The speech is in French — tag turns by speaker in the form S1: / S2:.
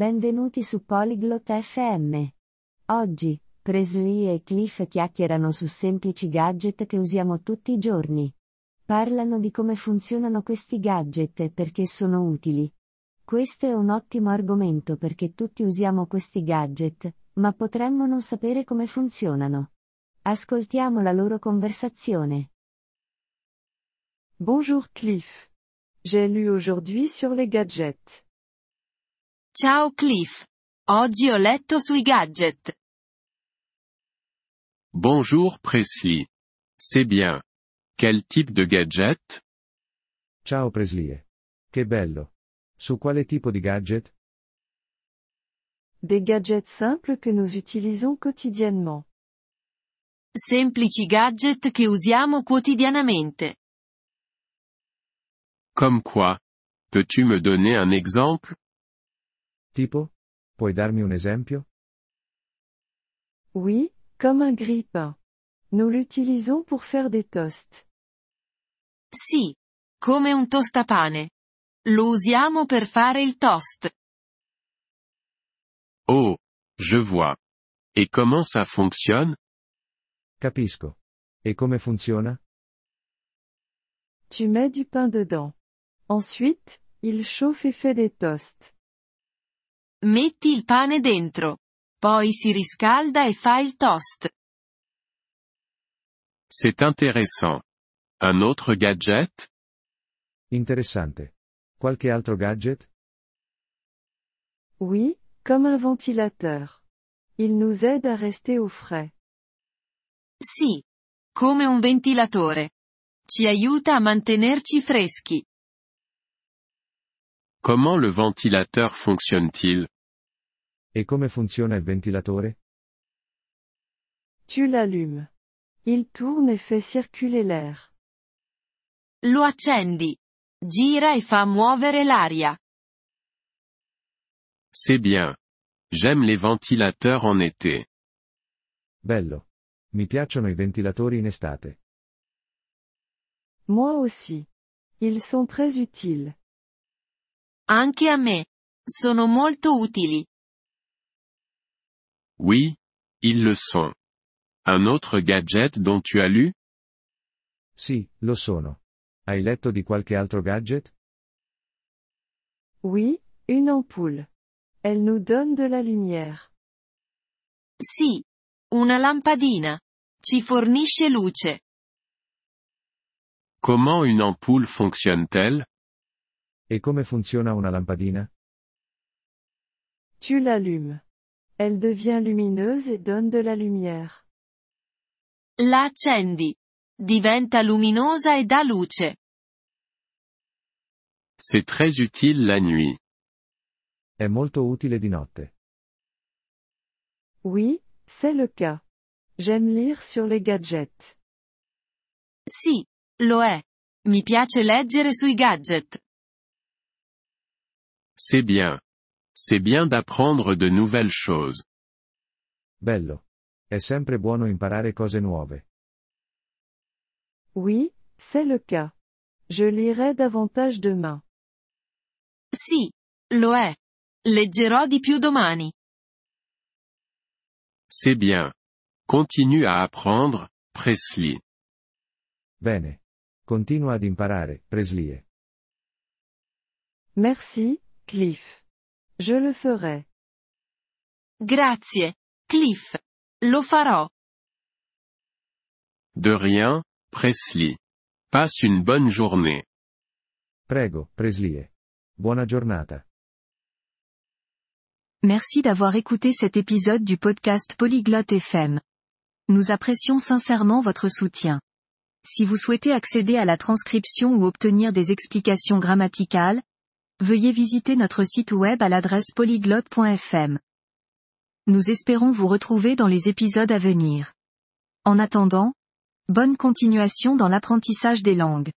S1: Benvenuti su Polyglot FM. Oggi, Presley e Cliff chiacchierano su semplici gadget che usiamo tutti i giorni. Parlano di come funzionano questi gadget e perché sono utili. Questo è un ottimo argomento perché tutti usiamo questi gadget, ma potremmo non sapere come funzionano. Ascoltiamo la loro conversazione.
S2: Bonjour Cliff. J'ai lu aujourd'hui sur les gadgets.
S3: Ciao Cliff. Oggi ho letto sui gadget.
S4: Bonjour Presley. C'est bien. Quel type de gadget
S5: Ciao Presley. Che bello. Su quale tipo di gadget?
S2: Des gadgets simples que nous utilisons quotidiennement.
S3: Semplici gadget che usiamo quotidianamente.
S4: Comme quoi Peux-tu me donner un exemple
S5: Tipo? Puoi darmi un esempio?
S2: Oui, comme un grille-pain. Nous l'utilisons pour faire des toasts.
S3: Sì. Come un tostapane. Lo usiamo per fare il toast.
S4: Oh, je vois. Et comment ça fonctionne
S5: Capisco. E come funziona?
S2: Tu mets du pain dedans. Ensuite, il chauffe et fait des toasts.
S3: Metti il pane dentro. Poi si riscalda e fa il toast.
S4: C'est intéressant. Un autre gadget
S5: Interessante. Qualche altro gadget?
S2: Oui, comme un ventilateur. Il nous aide à rester au frais.
S3: Sì. Come un ventilatore. Ci aiuta a mantenerci freschi.
S4: Comment le ventilateur fonctionne-t-il
S5: E come funziona il ventilatore?
S2: Tu l'allumes. Il tourne et fait circuler l'air.
S3: Lo accendi. Gira e fa muovere l'aria.
S4: C'est bien. J'aime les ventilateurs en été.
S5: Bello. Mi piacciono i ventilatori in estate.
S2: Moi aussi. Ils sont très utiles.
S3: Anche a me. Sono molto utili.
S4: Oui, ils le sont. Un autre gadget dont tu as lu
S5: Sì, lo sono. Hai letto di qualche altro gadget?
S2: Oui, une ampoule. Elle nous donne de la lumière.
S3: Sì. Una lampadina. Ci fornisce luce.
S4: Comment une ampoule fonctionne-t-elle
S5: E come funziona una lampadina?
S2: Tu l'allumes. Elle devient lumineuse et donne de la lumière.
S3: La accendi. Diventa luminosa e dà luce.
S4: C'est très utile la nuit.
S5: È molto utile di notte.
S2: Oui, c'est le cas. J'aime lire sur les gadgets.
S3: Sì. Lo è. Mi piace leggere sui gadget.
S4: C'est bien. C'est bien d'apprendre de nouvelles choses.
S5: Bello. È sempre buono imparare cose nuove.
S2: Oui, c'est le cas. Je lirai davantage demain.
S3: Sì. Lo è. Leggerò di più domani.
S4: C'est bien. Continue à apprendre, Presley.
S5: Bene. Continua ad imparare, Preslie.
S2: Merci, Cliff. Je le ferai.
S3: Grazie. Cliff. Lo farò.
S4: De rien, Presley. Passe une bonne journée.
S5: Prego, Preslie. Buona giornata.
S6: Merci d'avoir écouté cet épisode du podcast Polyglotte FM. Nous apprécions sincèrement votre soutien. Si vous souhaitez accéder à la transcription ou obtenir des explications grammaticales, veuillez visiter notre site web à l'adresse polyglotte.fm. Nous espérons vous retrouver dans les épisodes à venir. En attendant, bonne continuation dans l'apprentissage des langues.